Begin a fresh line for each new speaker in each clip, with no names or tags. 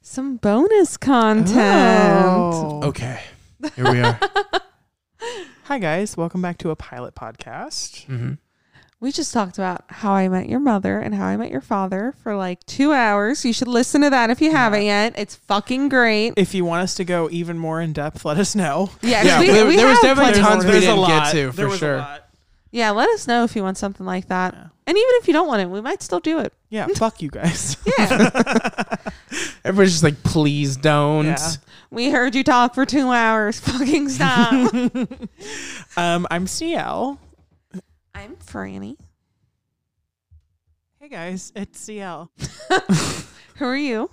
Some bonus content.
Oh.
Okay. Here we are.
Hi guys, welcome back to a pilot podcast.
hmm
We just talked about how I met your mother and how I met your father for like two hours. You should listen to that if you haven't yet. It's fucking great.
If you want us to go even more in depth, let us know.
Yes,
Yeah,
we,
there-
we
there was
have
definitely
plenty
tons
more.
we didn't get to, for
there was
sure.
A lot.
Yeah, let us know if you want something like that.
Yeah.
And even if you don't want it, we might still do it.
Yeah, fuck you guys.
Yeah.
Everybody's just like, please don't.
Yeah.
we heard you talk for two hours. Fucking stop.
um, I'm CL.
I'm Franny.
Hey guys, it's CL.
Who are you?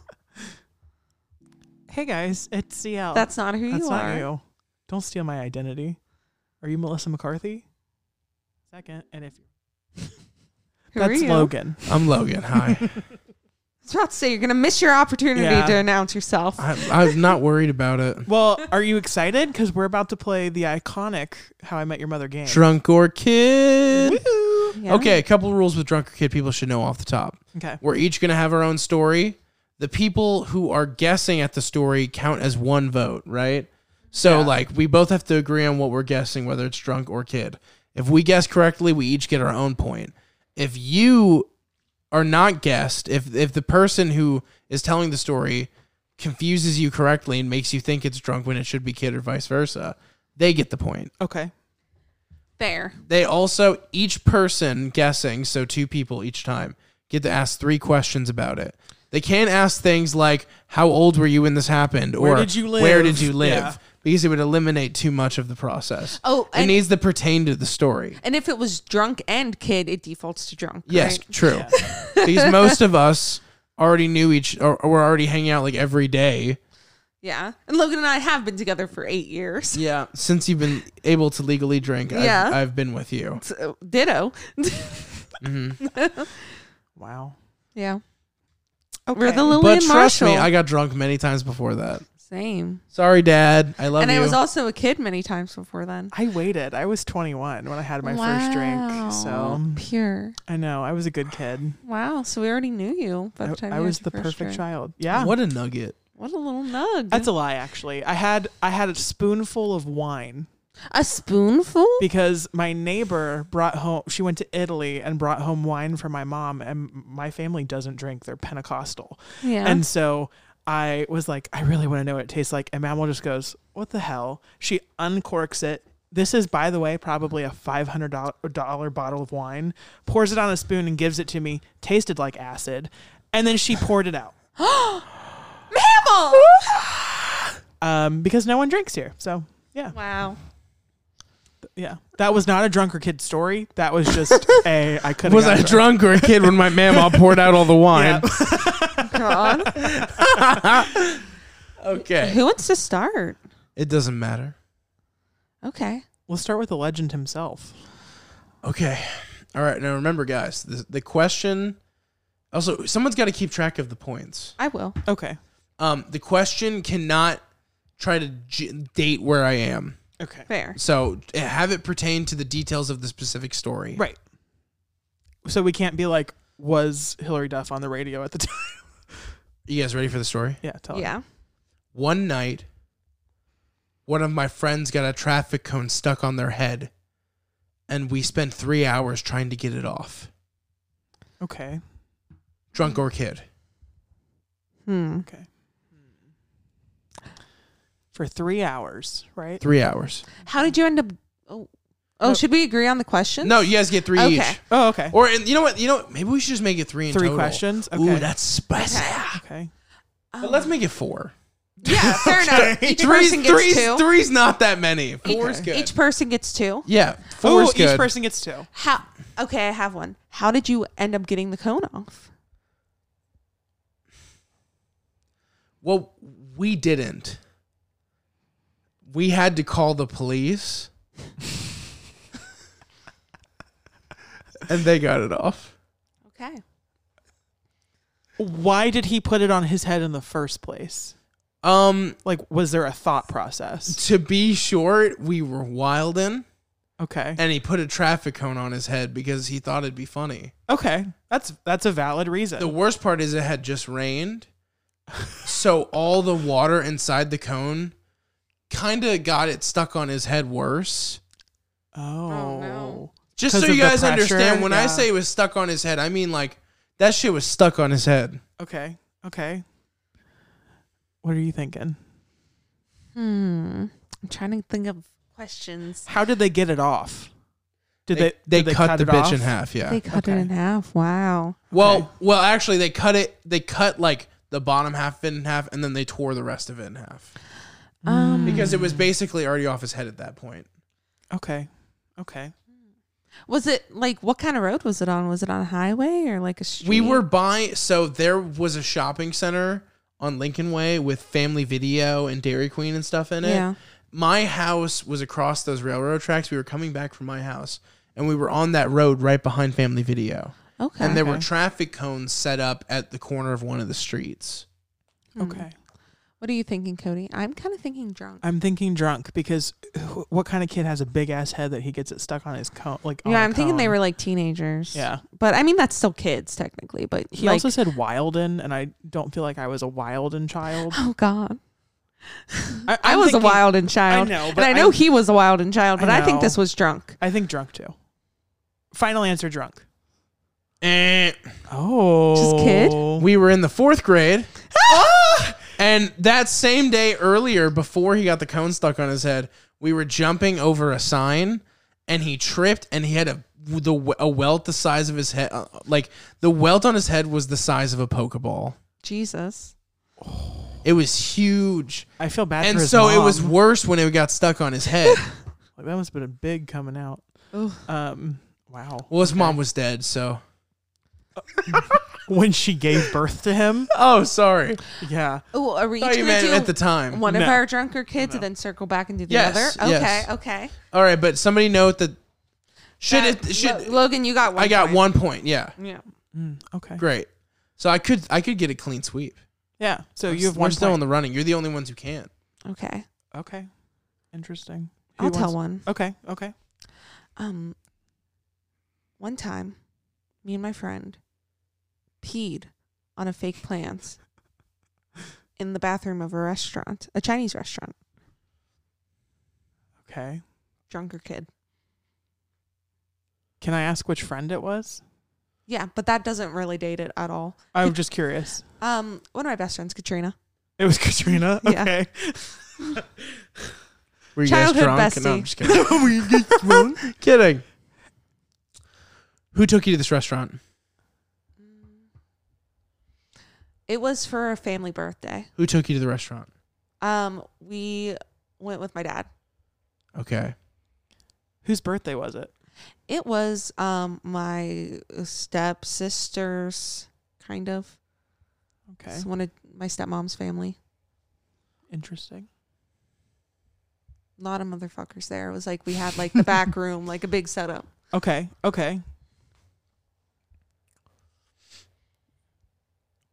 Hey guys, it's CL.
That's not who
Oh. That's
you
not
are.
you. Don't steal my identity. Are you Melissa McCarthy? Second, and if
Who
that's
are you?
Logan.
I'm Logan. Hi.
I was about to say you're gonna miss your opportunity
Yeah.
to announce yourself.
I'm, I'm not worried about it.
Well, are you excited? Because we're about to play the iconic "How I Met Your Mother" game.
Drunk or kid.
Yeah.
Okay, a couple rules with drunk or kid people should know off the top.
Okay.
We're each going to have our own story. The people who are guessing at the story count as one vote, right? So,
Yeah.
like, we both have to agree on what we're guessing, whether it's drunk or kid. If we guess correctly, we each get our own point. If you are not guessed, if if the person who is telling the story confuses you correctly and makes you think it's drunk when it should be kid or vice versa, they get the point.
Okay.
There.
They also each person guessing, so two people each time, get to ask three questions about it. They can't ask things like how old were you when this happened or
Where did you live?
Where did you live?
Yeah.
Because it would eliminate too much of the process.
Oh,
it
and-
needs to pertain to the story.
And if it was drunk and kid, it defaults to drunk.
Yes,
right?
true. because most of us already knew each or, or were already hanging out like every day.
Yeah. And Logan and I have been together for eight years.
Yeah. Since you've been able to legally drink,
Yeah.
I've, I've been with you.
So, ditto.
Wow.
yeah.
Okay.
We're the Lily
But
and
trust
Marshall.
me, I got drunk many times before that.
Same.
Sorry, Dad. I love
and
you.
I was also a kid many times before then.
I waited. I was 21 when I had my first drink. So
Wow. pure.
I know I was a good kid.
Wow. So we already knew you by
I,
the time
I
you had
was
your
the
first
perfect
drink.
child. Yeah.
What a nugget.
What a little nug.
That's a lie, actually. I had I had a spoonful of wine
a spoonful.
because my neighbor brought home. She went to Italy and brought home wine for my mom, and my family doesn't drink. They're Pentecostal,
yeah.
and so I was like, I really want to know what it tastes like. And Mamal just goes, "What the hell?" She uncorks it. This is, by the way, probably a five hundred dollar bottle of wine. Pours it on a spoon and gives it to me. Tasted like acid, and then she poured it out.
mammal.
Um, because no one drinks here, so yeah.
wow.
Yeah, that was not a drunk or kid story. That was just a I could
Was I drunk or a kid when my mama poured out all the wine?
God.
Okay.
Who wants to start?
It doesn't matter.
Okay.
We'll start with the legend himself.
Okay. All right. Now remember, guys, the, the question. Also, someone's got to keep track of the points.
I will.
Okay.
Um, the question cannot try to j- date where I am.
Okay.
Fair.
So eh, have it pertain to the details of the specific story.
Right. So we can't be like, was Hillary Duff on the radio at the time?
You guys ready for the story?
Yeah. Tell us.
Yeah.
One night, one of my friends got a traffic cone stuck on their head, and we spent three hours trying to get it off.
Okay.
Drunk or kid.
Hmm.
Okay. For three hours, right?
Three hours.
How did you end up? Oh, oh
Uh,
should we agree on the question?
No, you guys get three
Okay.
each.
Oh, okay.
Or and you know what? You know what? maybe we should just make it three. In
Three
total.
questions?
Ooh,
Okay.
that's spicy.
Okay.
But let's make it four.
Yeah, fair enough. Each person gets
three's,
two.
three's not that many. Four's
each,
good.
each person gets two.
yeah,
Oh,
four's good.
each person gets two.
How? Okay, I have one. How did you end up getting the cone off?
well, we didn't. We had to call the police, and they got it off.
Okay.
Why did he put it on his head in the first place?
Um,
Like, was there a thought process?
to be short, we were wildin',
Okay.
and he put a traffic cone on his head because he thought it'd be funny.
Okay. That's that's a valid reason.
The worst part is it had just rained so all the water inside the cone kind of got it stuck on his head worse.
Oh.
no.
Just
'Cause
so
of
you
the
guys
pressure?
understand, when I
Yeah.
say it was stuck on his head, I mean like that shit was stuck on his head.
Okay. Okay. What are you thinking?
Hmm. I'm trying to think of questions.
How did they get it off? Did they
they,
did
cut, the
it
bitch
off?
in half? Yeah.
They cut it
okay.
in half. Wow.
well,
okay.
well, actually, they cut it. They cut like the bottom half of it in half, and then they tore the rest of it in half
Um,
because it was basically already off his head at that point.
Okay. Okay.
Was it like what kind of road was it on? Was it on a highway or like a street?
We were by, so there was a shopping center on Lincoln Way with Family Video and Dairy Queen and stuff in it.
Yeah.
My house was across those railroad tracks. We were coming back from my house, and we were on that road right behind Family Video.
Okay.
And there were
Okay.
traffic cones set up at the corner of one of the streets.
Hmm.
Okay.
What are you thinking, Cody? I'm kind of thinking drunk.
I'm thinking drunk because wh- what kind of kid has a big ass head that he gets it stuck on his cone? Like on
Oh
yeah,
a
I'm thinking they
cone?
were like teenagers.
Yeah.
But I mean, that's still kids technically. But
He
like,
also said Wilden, and I don't feel like I was a Wilden child.
oh god,
I,
I
I'm
was
thinking-
a wild and child.
I know,
and
but
I know
I'm-
he was a wild and child.
I
But I, think
know.
this was drunk.
I think drunk too. Final answer drunk.
Eh.
Oh.
Just kid?
We were in the fourth grade. and that same day earlier, before he got the cone stuck on his head, we were jumping over a sign and he tripped and he had a the a welt the size of his head uh, like the welt on his head was the size of a pokeball.
Jesus.
It was huge.
I feel bad
and
for his
so it was
mom.
worse when it got stuck on his head.
Like, that must have been a big coming out.
Ugh.
Um, wow.
well, his mom was dead, so
When she gave birth to him.
Oh, sorry.
Yeah.
Oh, are we
Thought
each
you
gonna
meant
do
at the time.
one of
No.
our drunker kids and then circle back and do the
Yes,
other? Okay.
yes.
Okay.
All right, but somebody note that should
That-
it should
Lo- Logan, you got one.
I got
point.
one point. Yeah.
Yeah.
Mm, okay.
Great. So I could I could get a clean sweep.
Yeah. So
We're
you have
we're
one
still in
point.
the running. You're the only ones who can't.
Okay.
Okay. Interesting. Who
I'll tell
wants-
one.
Okay. Okay.
Um, one time, me and my friend peed on a fake plant in the bathroom of a restaurant, a Chinese restaurant.
Okay.
Drunker kid.
Can I ask which friend it was?
Yeah, but that doesn't really date it at all.
I'm just curious.
Um, one of my best friends, Katrina.
It was Katrina.
Yeah.
Okay.
Were you
Childhood
guys drunk? No, I'm
bestie.
just kidding. kidding. Who took you to this restaurant?
Mm. It was for a family birthday.
Who took you to the restaurant?
Um, we went with my dad.
Okay.
Whose birthday was it?
It was um my stepsister's kind of.
Okay.
It's one of my stepmom's family.
Interesting.
A lot of motherfuckers there. It was like we had like the back room, like a big setup.
Okay. Okay.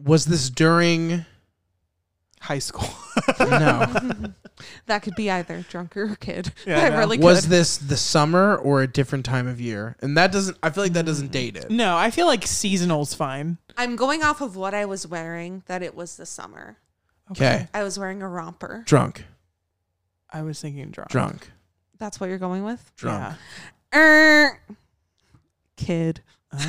Was this during
High school.
No.
That could be either drunk or kid.
Yeah, I
that
know.
really
was
could.
this the summer or a different time of year? And that doesn't I feel like that doesn't date it.
no, I feel like seasonal's fine.
I'm going off of what I was wearing. That it was the summer.
Okay.
I was wearing a romper.
Drunk.
I was thinking drunk.
Drunk.
That's what you're going with.
Drunk.
Er, kid.
Yeah.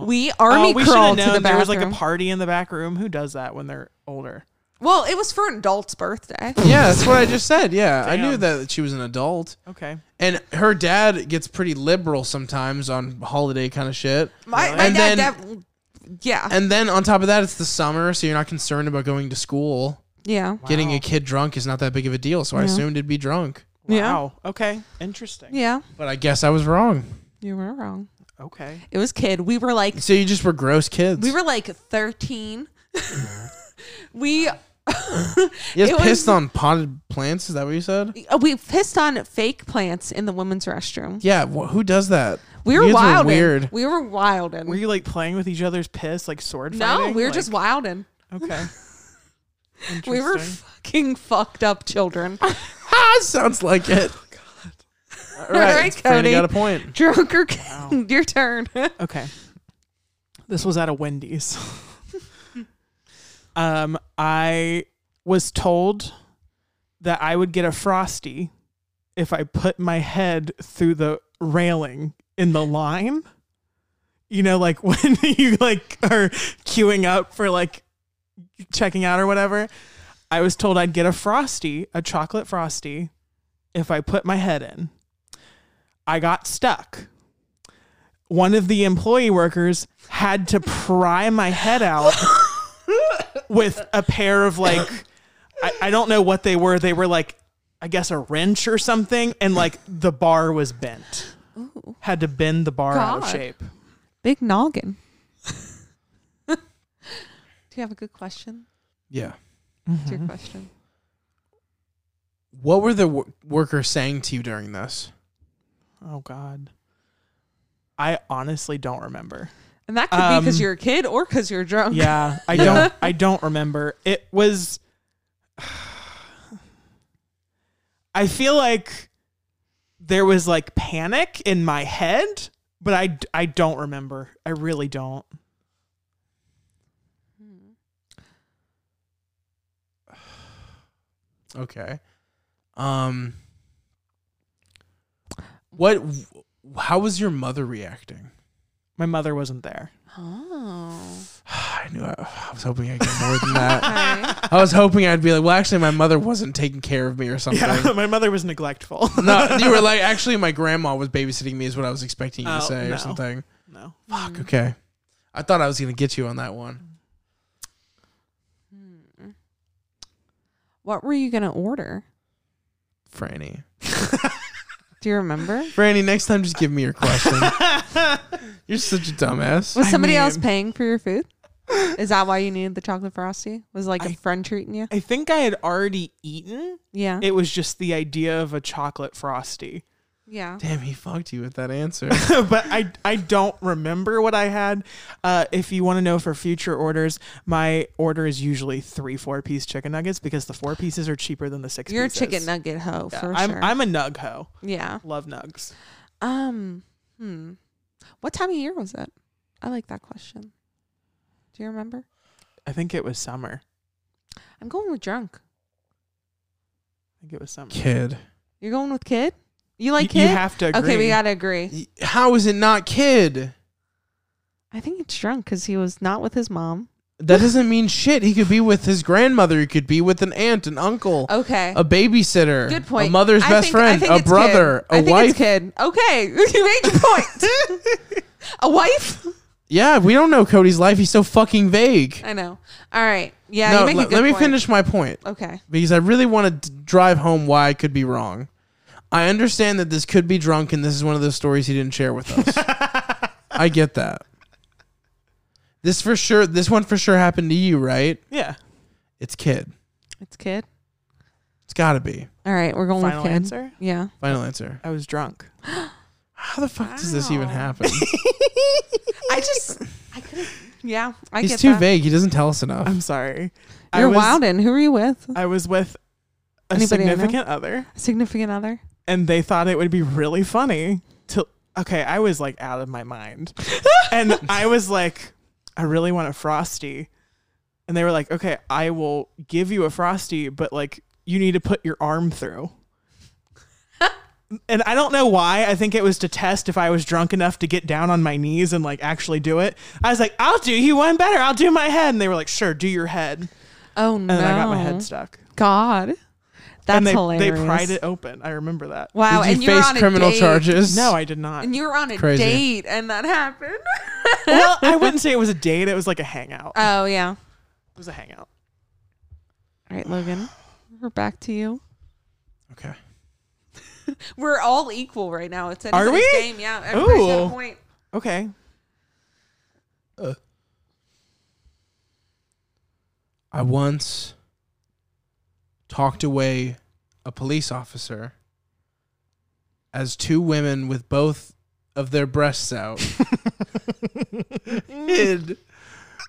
Oh.
We army
oh, we should have
crawled
known
to the bathroom.
there was like a party in the back room. Who does that when they're older?
well, it was for an adult's birthday.
Yeah, that's what I just said. Yeah. I knew
Damn.
that she was an adult.
Okay.
And her dad gets pretty liberal sometimes on holiday kind of shit.
My,
Really?
my
And
dad,
then-
def- yeah,
And then on top of that, it's the summer, so you're not concerned about going to school.
yeah.
Getting
Wow.
a kid drunk is not that big of a deal, so I
Yeah.
assumed it'd be drunk.
Yeah.
Wow. Okay. Interesting.
Yeah,
But I guess I was wrong.
you were wrong.
Okay.
It was kid. We were like
So you just were gross kids.
we were like 13.
Mm-hmm.
we
you
it
just
was-
pissed on potted plants. Is that what you said?
uh, we pissed on fake plants in the women's restroom.
Yeah. Wh- who does that?
We
You
were
kids
wilding.
weird.
We were wilding.
Were you like playing with each other's piss, like sword
no,
fighting?
we were
Like-
just wilding.
okay.
We were
Interesting.
fucking fucked up children.
Ah, sounds like it. All
All
right,
Oh, right,
Fran,
Cody.
you got a point.
Drunk or kid,
Wow.
your turn.
okay. This was at a Wendy's. Um, I was told that I would get a frosty if I put my head through the railing in the line. You know, like when you like are queuing up for like checking out or whatever. I was told I'd get a frosty, a chocolate frosty, if I put my head in. I got stuck. One of the employee workers had to pry my head out with a pair of like I, I don't know what they were. They were like I guess a wrench or something, and like the bar was bent. Had to bend the bar out of
God.
shape.
Big noggin. Do you have a good question?
Yeah.
What's
Mm-hmm.
your question?
What were the wor- workers saying to you during this?
Oh God. I honestly don't remember.
And that could be because
Um,
you're a kid or because you're drunk.
Yeah, I don't I don't remember. It was I feel like there was like panic in my head, but I d- I don't remember. I really don't.
Okay. Um. What? How was your mother reacting?
My mother wasn't there.
Oh.
I knew I, I was hoping I'd get more than that.
Okay.
I was hoping I'd be like, well, actually, my mother wasn't taking care of me or something.
Yeah, my mother was neglectful.
no, you were like, actually, my grandma was babysitting me, is what I was expecting you
Oh,
to say
no.
or something.
no.
Fuck. Okay. I thought I was gonna get you on that one.
What were you gonna order?
Franny.
Do you remember?
Franny, next time just give me your question. You're such a dumbass.
Was
I
somebody else
mean-
paying for your food? Is that why you needed the chocolate frosty? Was like a
I-
friend treating you?
I think I had already eaten.
Yeah.
It was just the idea of a chocolate frosty.
yeah.
Damn, he fucked you with that answer.
but I I don't remember what I had. Uh, if you want to know for future orders, my order is usually three four piece chicken nuggets because the four pieces are cheaper than the 6
You're a
pieces.
chicken nugget hoe
Yeah,
for
I'm
sure.
I'm a nug ho.
yeah.
Love nugs.
Um. Hmm. What time of year was it? I like that question. Do you remember?
I think it was summer.
I'm going with drunk.
I think it was summer.
Kid.
You're going with kid. You like
you,
kid?
you have to agree.
okay, we gotta agree.
Y- How is it not kid?
I think it's drunk because he was not with his mom.
That doesn't mean shit. He could be with his grandmother. He could be with an aunt, an uncle,
Okay.
a babysitter,
Good point.
a mother's
I
best
think- I
friend,
think
a
it's kid.
brother,
I
a
think
wife.
It's kid. Okay, you made your point. a wife.
Yeah, we don't know Cody's life. He's so fucking vague.
I know. All right. Yeah.
no,
you make a
le-
good
let me
point.
finish my point
Okay.
because I really want to d- drive home why I could be wrong. I understand that this could be drunk, and this is one of those stories he didn't share with us. I get that. This for sure. This one for sure happened to you, right?
yeah.
It's kid.
It's kid.
It's got to be.
All right, we're going
Final
with kid.
answer.
Yeah.
Final answer.
I was drunk.
How the fuck does this even
Wow.
happen?
I just. I could. Yeah. I
He's
get
too
that.
vague. He doesn't tell us enough.
I'm sorry. I
You're
was,
wildin'. Who are you with?
I was with a
Anybody I know?
significant other.
Significant other.
and they thought it would be really funny to okay i was like out of my mind and i was like i really want a frosty and they were like okay i will give you a frosty but like you need to put your arm through and i don't know why i think it was to test if i was drunk enough to get down on my knees and like actually do it i was like i'll do you one better i'll do my head and they were like sure do your head and
Oh no.
then i got my head stuck
God. That's
and they,
hilarious.
they pried it open i remember that
Wow.
Did
and
you
you're
face
on a
criminal
date.
charges?
no i did not
And you were on a
Crazy.
date, and that happened.
well, I wouldn't say it was a date. It was like a hangout.
oh yeah.
It was a hangout.
All right, Logan. We're back to you.
Okay.
We're all equal right now. It's
Are
anybody's
we?
game. Yeah. Everybody's got
Ooh.
a point.
Okay.
I once talked away a police officer as two women with both of their breasts out hid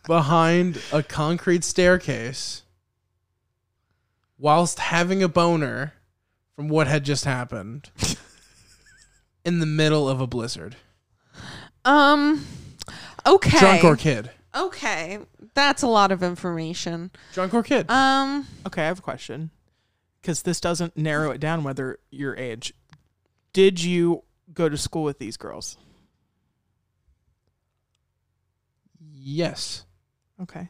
behind a concrete staircase whilst having a boner from what had just happened in the middle of a blizzard.
Um. Okay.
Drunk or kid.
Okay, that's a lot of information.
Drunk or kid?
Um,
Okay, I have a question because this doesn't narrow it down whether your age. Did you go to school with these girls?
yes.
Okay.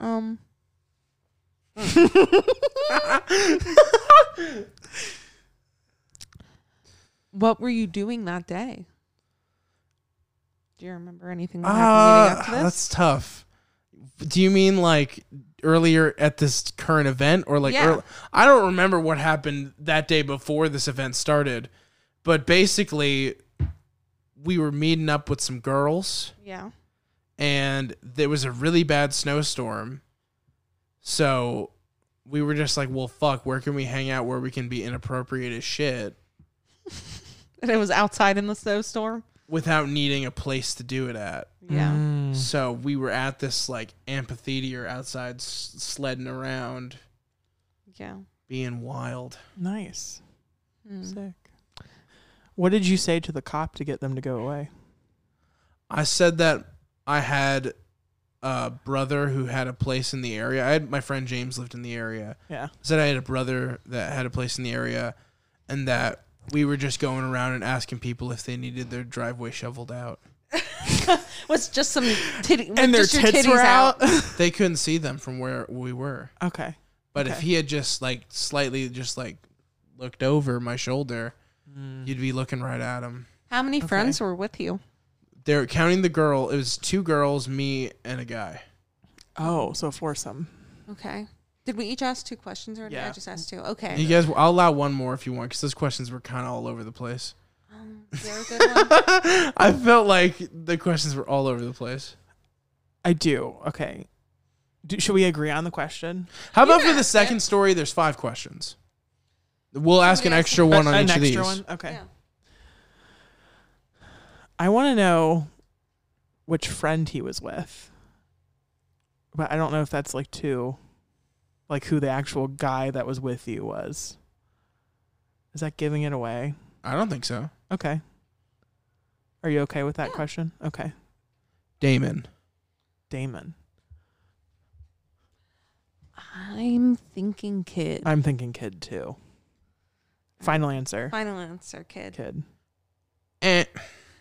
um, what were you doing that day? Do you remember anything that happened leading
Uh,
up to this?
that's tough. Do you mean like earlier at this current event or like
Yeah.
earl- I don't remember what happened that day before this event started, but basically we were meeting up with some girls
Yeah.
and there was a really bad snowstorm. So we were just like, well, fuck, where can we hang out where we can be inappropriate as shit
And it was outside in the snowstorm.
without needing a place to do it at?
Yeah.
Mm.
So we were at this like amphitheater outside, s- sledding around,
Yeah.
being wild.
Nice.
Mm.
Sick. What did you say to the cop to get them to go away?
I said that I had a brother who had a place in the area. I had my friend James lived in the area.
Yeah.
I said I had a brother that had a place in the area, and that we were just going around and asking people if they needed their driveway shoveled out.
Was just some titty,
And their
just your
tits
titties
were out.
They couldn't see them from where we were.
okay.
But if
Okay.
he had just like slightly just like looked over my shoulder, you'd be looking right at him.
How many friends were with you?
They're counting the girl. It was two girls, me, and a guy.
Oh, so foursome.
Okay. Did we each ask two questions, or did I
Yeah.
just ask two? Okay.
You guys, I'll allow one more if you want, because those questions were kind of all over the place.
Um, is there a good one?
I felt like the questions were all over the place.
I do. Okay. Do, should we agree on the question?
How about
can
for the
ask
second
it.
story? There's five questions. We'll ask an
ask
extra
it.
one on
An
each
extra
of these.
one. Okay.
Yeah.
I want to know which friend he was with, but I don't know if that's like two, like who the actual guy that was with you was. Is that giving it away?
I don't think so.
Okay. Are you okay with that
Yeah.
question? Okay.
Damon.
Damon.
I'm thinking kid.
I'm thinking kid too. Final answer.
Final answer, kid.
Kid.
And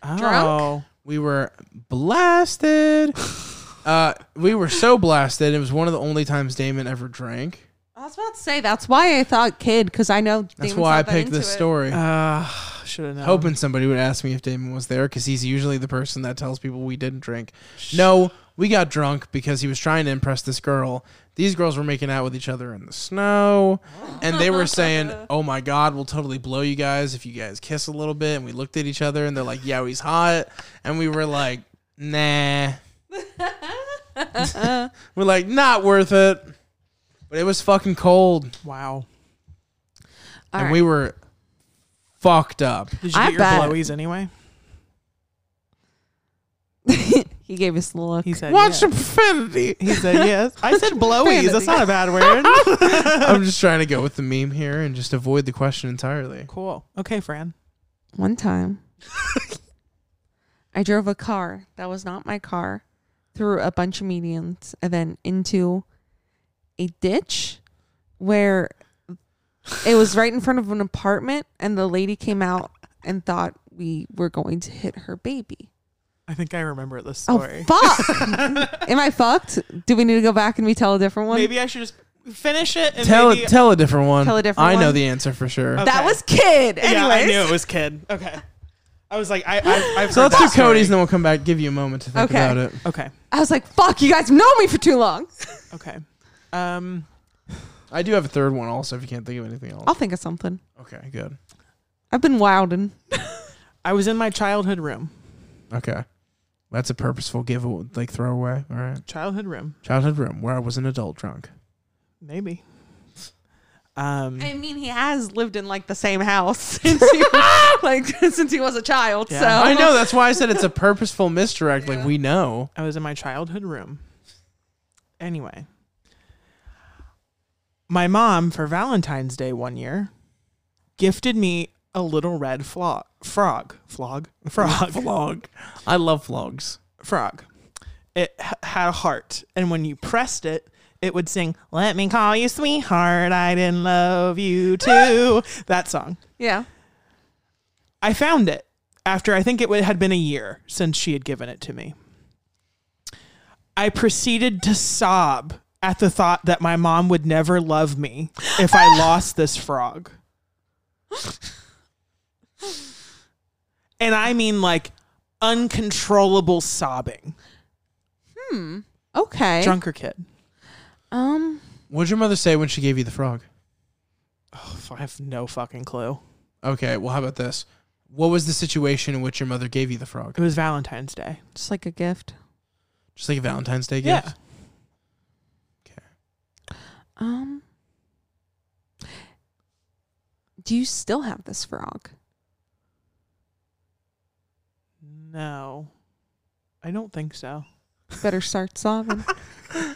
Oh.
we were blasted. uh, we were so blasted. It was one of the only times Damon ever drank.
I was about to say that's why I thought kid because I know
That's
Damon's
why I
not that
picked
into
this
it.
story.
Uh, should have known.
Um,
Hoping somebody would ask me if Damon was there because he's usually the person that tells people we didn't drink. No, we got drunk because he was trying to impress this girl. These girls were making out with each other in the snow, and they were saying, "Oh my God, we'll totally blow you guys if you guys kiss a little bit." And we looked at each other, and they're like, "Yeah, he's hot," and we were like, "Nah." we're like, "Not worth it." But it was fucking cold,
Wow.
All
and
right.
we were fucked up.
Did you
I
get your
bet-
blowies anyway?
he gave us the look.
He said.
Watch
yeah.
profanity.
He said yes. I said blowies. That's not a bad word.
I'm just trying to go with the meme here and just avoid the question entirely.
cool. Okay, Fran.
One time, I drove a car that was not my car through a bunch of medians and then into a ditch where it was right in front of an apartment, and the lady came out and thought we were going to hit her baby.
I think I remember this
Oh
story.
fuck! Am I fucked? Do we need to go back and we tell a different one?
maybe I should just finish it and
Tell
maybe-
tell a different one.
Tell a different
I know
one?
the answer for sure.
Okay.
That was kid. Anyways,
Yeah, I knew it was kid. Okay. I was like, I, I, I've
so
heard
let's do
that story.
Cody's, and then we'll come back. Give you a moment to think
Okay.
about it.
Okay.
I was like, "Fuck, you guys know me for too long."
Okay. Um,
I do have a third one also. If you can't think of anything else.
I'll think of something.
Okay, good.
I've been wilding.
I was in my childhood room.
Okay, that's a purposeful giveaway, like throwaway. All right,
Childhood room,
childhood room where I was an adult drunk.
maybe. Um,
I mean, he has lived in like the same house since he was, like since he was a child.
Yeah.
So
I know that's why I said it's a purposeful misdirect. Like we know.
I was in my childhood room. Anyway, my mom for Valentine's Day one year gifted me a little red flo- frog, flog, frog,
Vlog. I love vlogs.
frog. It h- had a heart, and when you pressed it, it would sing "Let me call you sweetheart, I didn't love you too." that song.
Yeah.
I found it after I think it wa- had been a year since she had given it to me. I proceeded to sob at the thought that my mom would never love me if I lost this frog. And I mean like uncontrollable sobbing.
Okay.
Drunker kid.
Um.
What'd your mother say when she gave you the frog?
Oh, I have no fucking clue.
Okay, well, how about this? What was the situation in which your mother gave you the frog?
It was Valentine's Day.
Just like a gift.
Just like a Valentine's Day
Yeah.
gift?
Um. Do you still have this frog?
No. I don't think so.
You better start sobbing.
I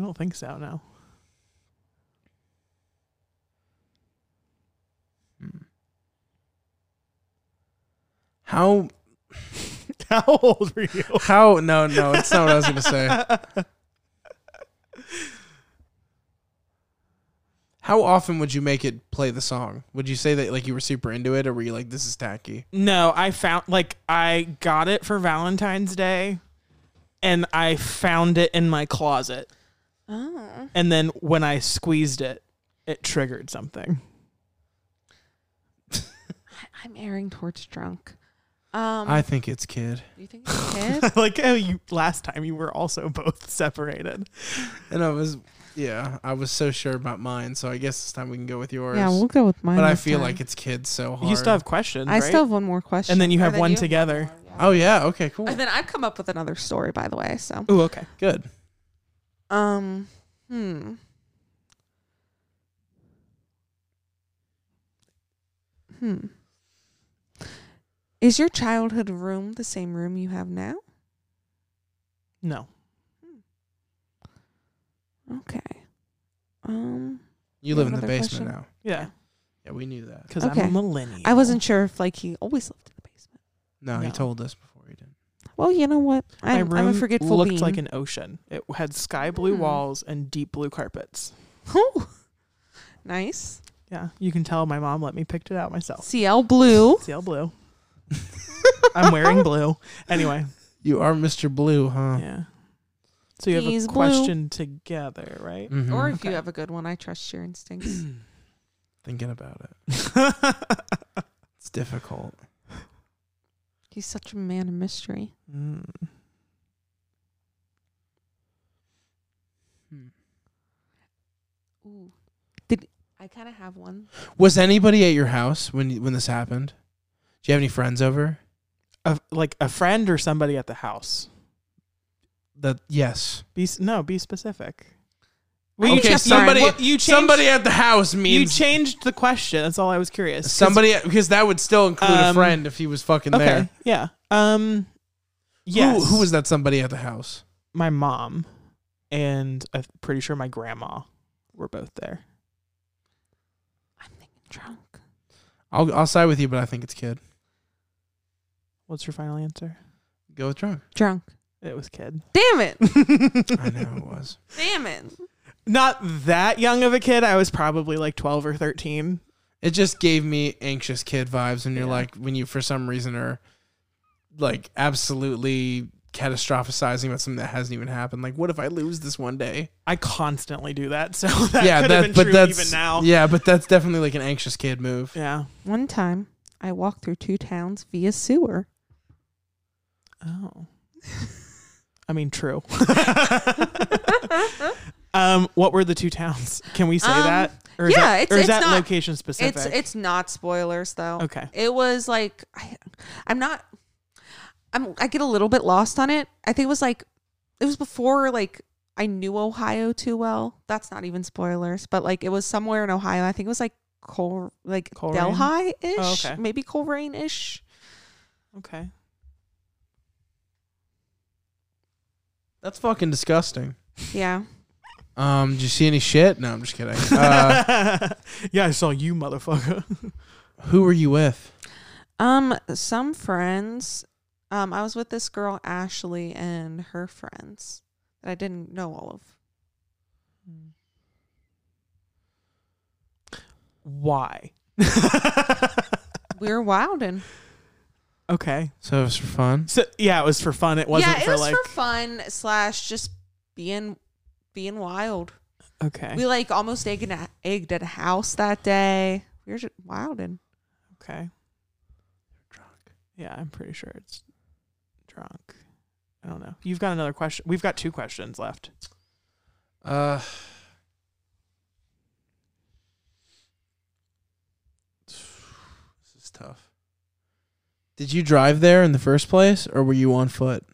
don't think so, no.
How
How old were you?
How? No, no, it's not what I was gonna say. How often would you make it play the song? Would you say that like you were super into it, or were you like, "This is tacky"?
No, I found like I got it for Valentine's Day and I found it in my closet.
oh.
And then when I squeezed it, it triggered something.
I'm erring towards drunk. Um.
I think it's kid,
do you think it's a kid?
like oh you last time you were also both separated.
and I was, yeah, I was so sure about mine. So I guess this time we can go with yours.
yeah, we'll go with mine.
but I
this
feel
time.
like it's kid so hard.
You still have questions.
I
right?
still have one more question.
and then you
Or
have one
you-
together.
Oh yeah. Okay. Cool.
And then I've come up with another story, by the way. So.
Ooh, okay.
Good.
Um. Hmm. Hmm. Is your childhood room the same room you have now?
No.
Okay. Um.
You
Yeah,
live in the
another
basement
question?
now.
Yeah.
Yeah, we knew that.
Because I'm
Okay.
a millennial.
I wasn't sure if like he always lived in the basement.
No,
No.
he told us before he did.
Well, you know what?
My
I'm, I'm
room
a forgetful
looked
being.
like an ocean. It had sky blue
Hmm.
walls and deep blue carpets.
oh, nice
Yeah, you can tell my mom let me picked it out myself.
CL blue.
CL blue. I'm wearing blue. Anyway,
You are Mr. Blue, huh?
yeah. So you have
He's
a
blue.
question together, right?
Mhm.
Or if you
Okay.
have a good one, I trust your instincts.
Thinking about it, it's difficult.
He's such a man of mystery.
Mm.
Ooh. Did I kind of have one?
Was anybody at your house when you- when this happened? Do you have any friends over?
A, like a friend or somebody at the house.
That yes.
Be s- no, be specific.
I
you
Okay,
changed-
somebody-
what- you changed,
somebody at the house
You
means
changed the question. That's all I was curious. 'Cause-
somebody because that would still include a
Um,
friend if he was fucking
Okay.
there.
Yeah. Um. Yes.
Who, who was that somebody at the house?
my mom? And I'm pretty sure my grandma were both there.
I'm thinking drunk.
I'll I'll side with you, but I think it's kid.
What's your final answer?
Go with drunk.
Drunk.
It was kid.
Damn it.
I know it was.
Damn it.
Not that young of a kid. I was probably like 12 or 13.
It just gave me anxious kid vibes, and you're
Yeah.
like when you for some reason are like absolutely catastrophizing about something that hasn't even happened. Like, what if I lose this one day?
I constantly do that. So that
yeah,
could
that,
have been
but
true
that's
even now.
yeah, but that's definitely like an anxious kid move.
Yeah.
One time, I walked through two towns via sewer.
Oh. I mean, true. um, what were the two towns? Can we say
Um,
that? Or is
yeah,
that,
it's-
or is
it's
that
not-
location specific?
It's it's not spoilers though.
okay.
It was like I, I'm not. I'm I get a little bit lost on it. I think it was like it was before like I knew Ohio too well. That's not even spoilers, but like it was somewhere in Ohio. I think it was like Col like
Coleraine?
Delhi ish,
Oh, okay.
maybe Coleraine ish.
Okay.
That's fucking disgusting.
Yeah.
Um, did you see any shit? No, I'm just kidding. Uh,
yeah, I saw you, motherfucker.
who were you with?
Um, some friends Um, I was with this girl Ashley and her friends that I didn't know all of. Hmm.
Why?
We were wilding.
okay.
So it was for fun.
So yeah, it was for fun. It wasn't
yeah, it
for
was
like
for fun slash just being being wild.
okay.
We like almost egged, a, egged at a house that day. We were just wilding.
okay.
Drunk.
Yeah, I'm pretty sure it's drunk. I don't know. You've got another question. We've got two questions left.
Uh, this is tough. Did you drive there in the first place, or were you on foot?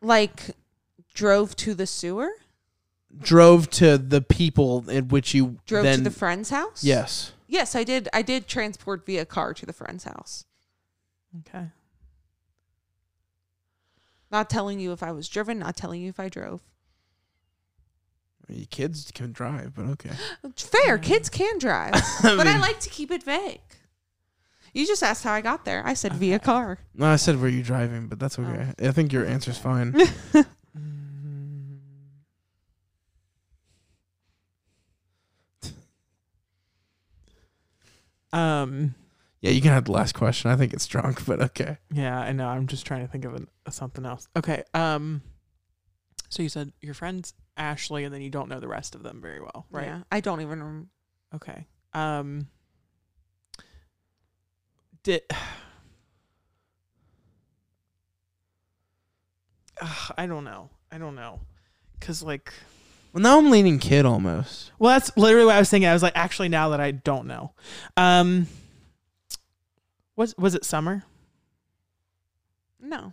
Like drove to the sewer,
Drove to the people at which you
drove
then,
to the friend's house.
Yes.
Yes, I did. I did transport via car to the friend's house.
Okay.
Not telling you if I was driven, not telling you if I drove.
You kids can drive, but okay.
Fair, kids can drive,
I
but I
mean-
like to keep it vague. You just asked how I got there. I said via
Okay.
car.
No, I said were you driving, but that's okay. I think your answer's fine.
Mm. Um.
yeah, you can have the last question. I think it's drunk, but okay.
Yeah, I know. I'm just trying to think of an, of something else. Okay. Um. So you said your friends Ashley, and then you don't know the rest of them very well, right?
Yeah, I don't even. Rem-
Okay. Um did Ugh, I don't know. I don't know. Cuz like
Well, now I'm leaning kid almost.
well that's literally what I was thinking. I was like actually now that I don't know. Um was was it summer?
no,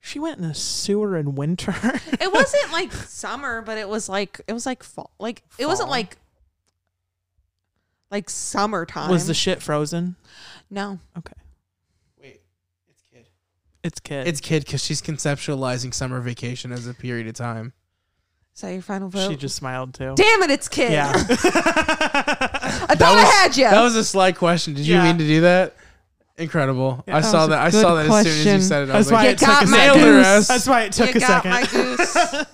She went in a sewer in winter.
it wasn't like summer, but it was like it was like fall. Like it wasn't
Fall.
like like summertime.
was the shit frozen?
no?
Wait, it's kid.
It's kid.
It's kid because she's conceptualizing summer vacation as a period of time.
Is that your final vote?
she just smiled too.
Damn it, it's kid.
Yeah.
I thought
was-
I had you.
That was a sly question. Did you
Yeah.
mean to do that? Incredible.
Yeah.
I
That
saw
was a
that. I
good
saw that as soon as
question.
you said it. I
That's
was
why
like,
You
it took
got
a
my
second.
goose.
That's why it
you
took a
got
second.
my goose.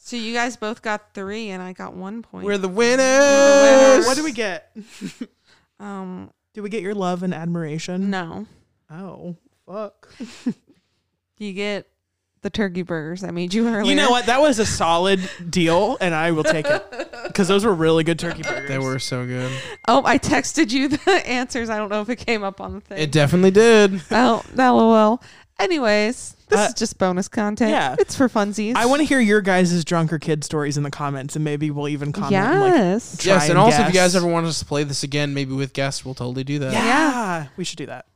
so you guys both got three, and I got one point.
we're the winners.
winners.
What do we get?
um,
Do we get your love and admiration?
no,
Oh, fuck.
you get the turkey burgers I made you earlier.
You know what? That was a solid deal, and I will take it because those were really good turkey burgers.
They were so good.
Oh, I texted you the answers. I don't know if it came up on the thing.
It definitely did.
Oh, lol. Anyways, this
Uh,
is just bonus content.
yeah.
It's for funsies.
I want to hear your guys' drunk or kid stories in the comments, and maybe we'll even comment. and, like,
Yes.
try
yes, and, also if you
guess.
guys ever want us to play this again, maybe with guests, we'll totally do that.
yeah.
Yeah.
we should do that.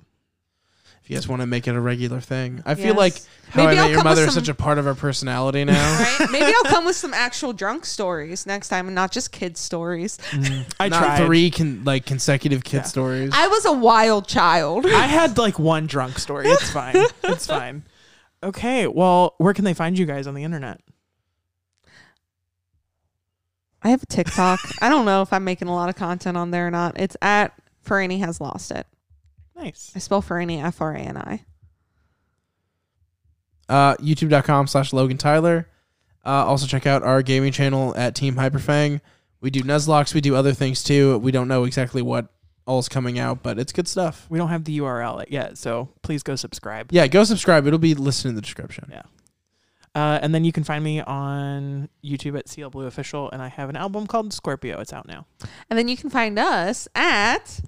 If you guys want to make it a regular thing, I
Yes.
feel like how
Maybe
I
I'll
met
come
your
with
mother is
some-
such a part of our personality now.
right? Maybe I'll come with some actual drunk stories next time and not just kid stories.
I
Not
tried.
three con- like consecutive kid
Yeah.
stories.
I was a wild child.
I had like one drunk story. It's fine. it's fine. Okay. Well, where can they find you guys on the internet?
I have a TikTok. I don't know if I'm making a lot of content on there or not. It's at Franny has lost it.
Nice.
I spell Franny F R A N I.
uh, youtube.com slash logan tyler uh, also check out our gaming channel at team hyperfang we do nuzlocks we do other things too we don't know exactly what all's coming out but it's good stuff
We don't have the URL yet, so please go subscribe.
yeah go subscribe it'll be listed in the description
Uh, and then you can find me on YouTube at CL Blue Official, and I have an album called Scorpio. It's out now.
And then you can find us at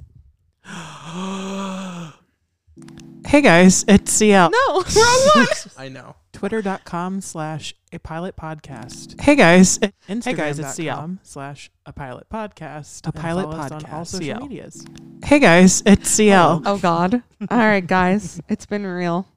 Hey guys, it's CL.
No, wrong one.
i know
Twitter.com slash a pilot podcast. Hey guys, Instagram. Hey guys, it's CL slash a pilot podcast. A pilot podcast. On all social medias. Hey guys, it's CL.
Oh god. All right, guys. It's been real.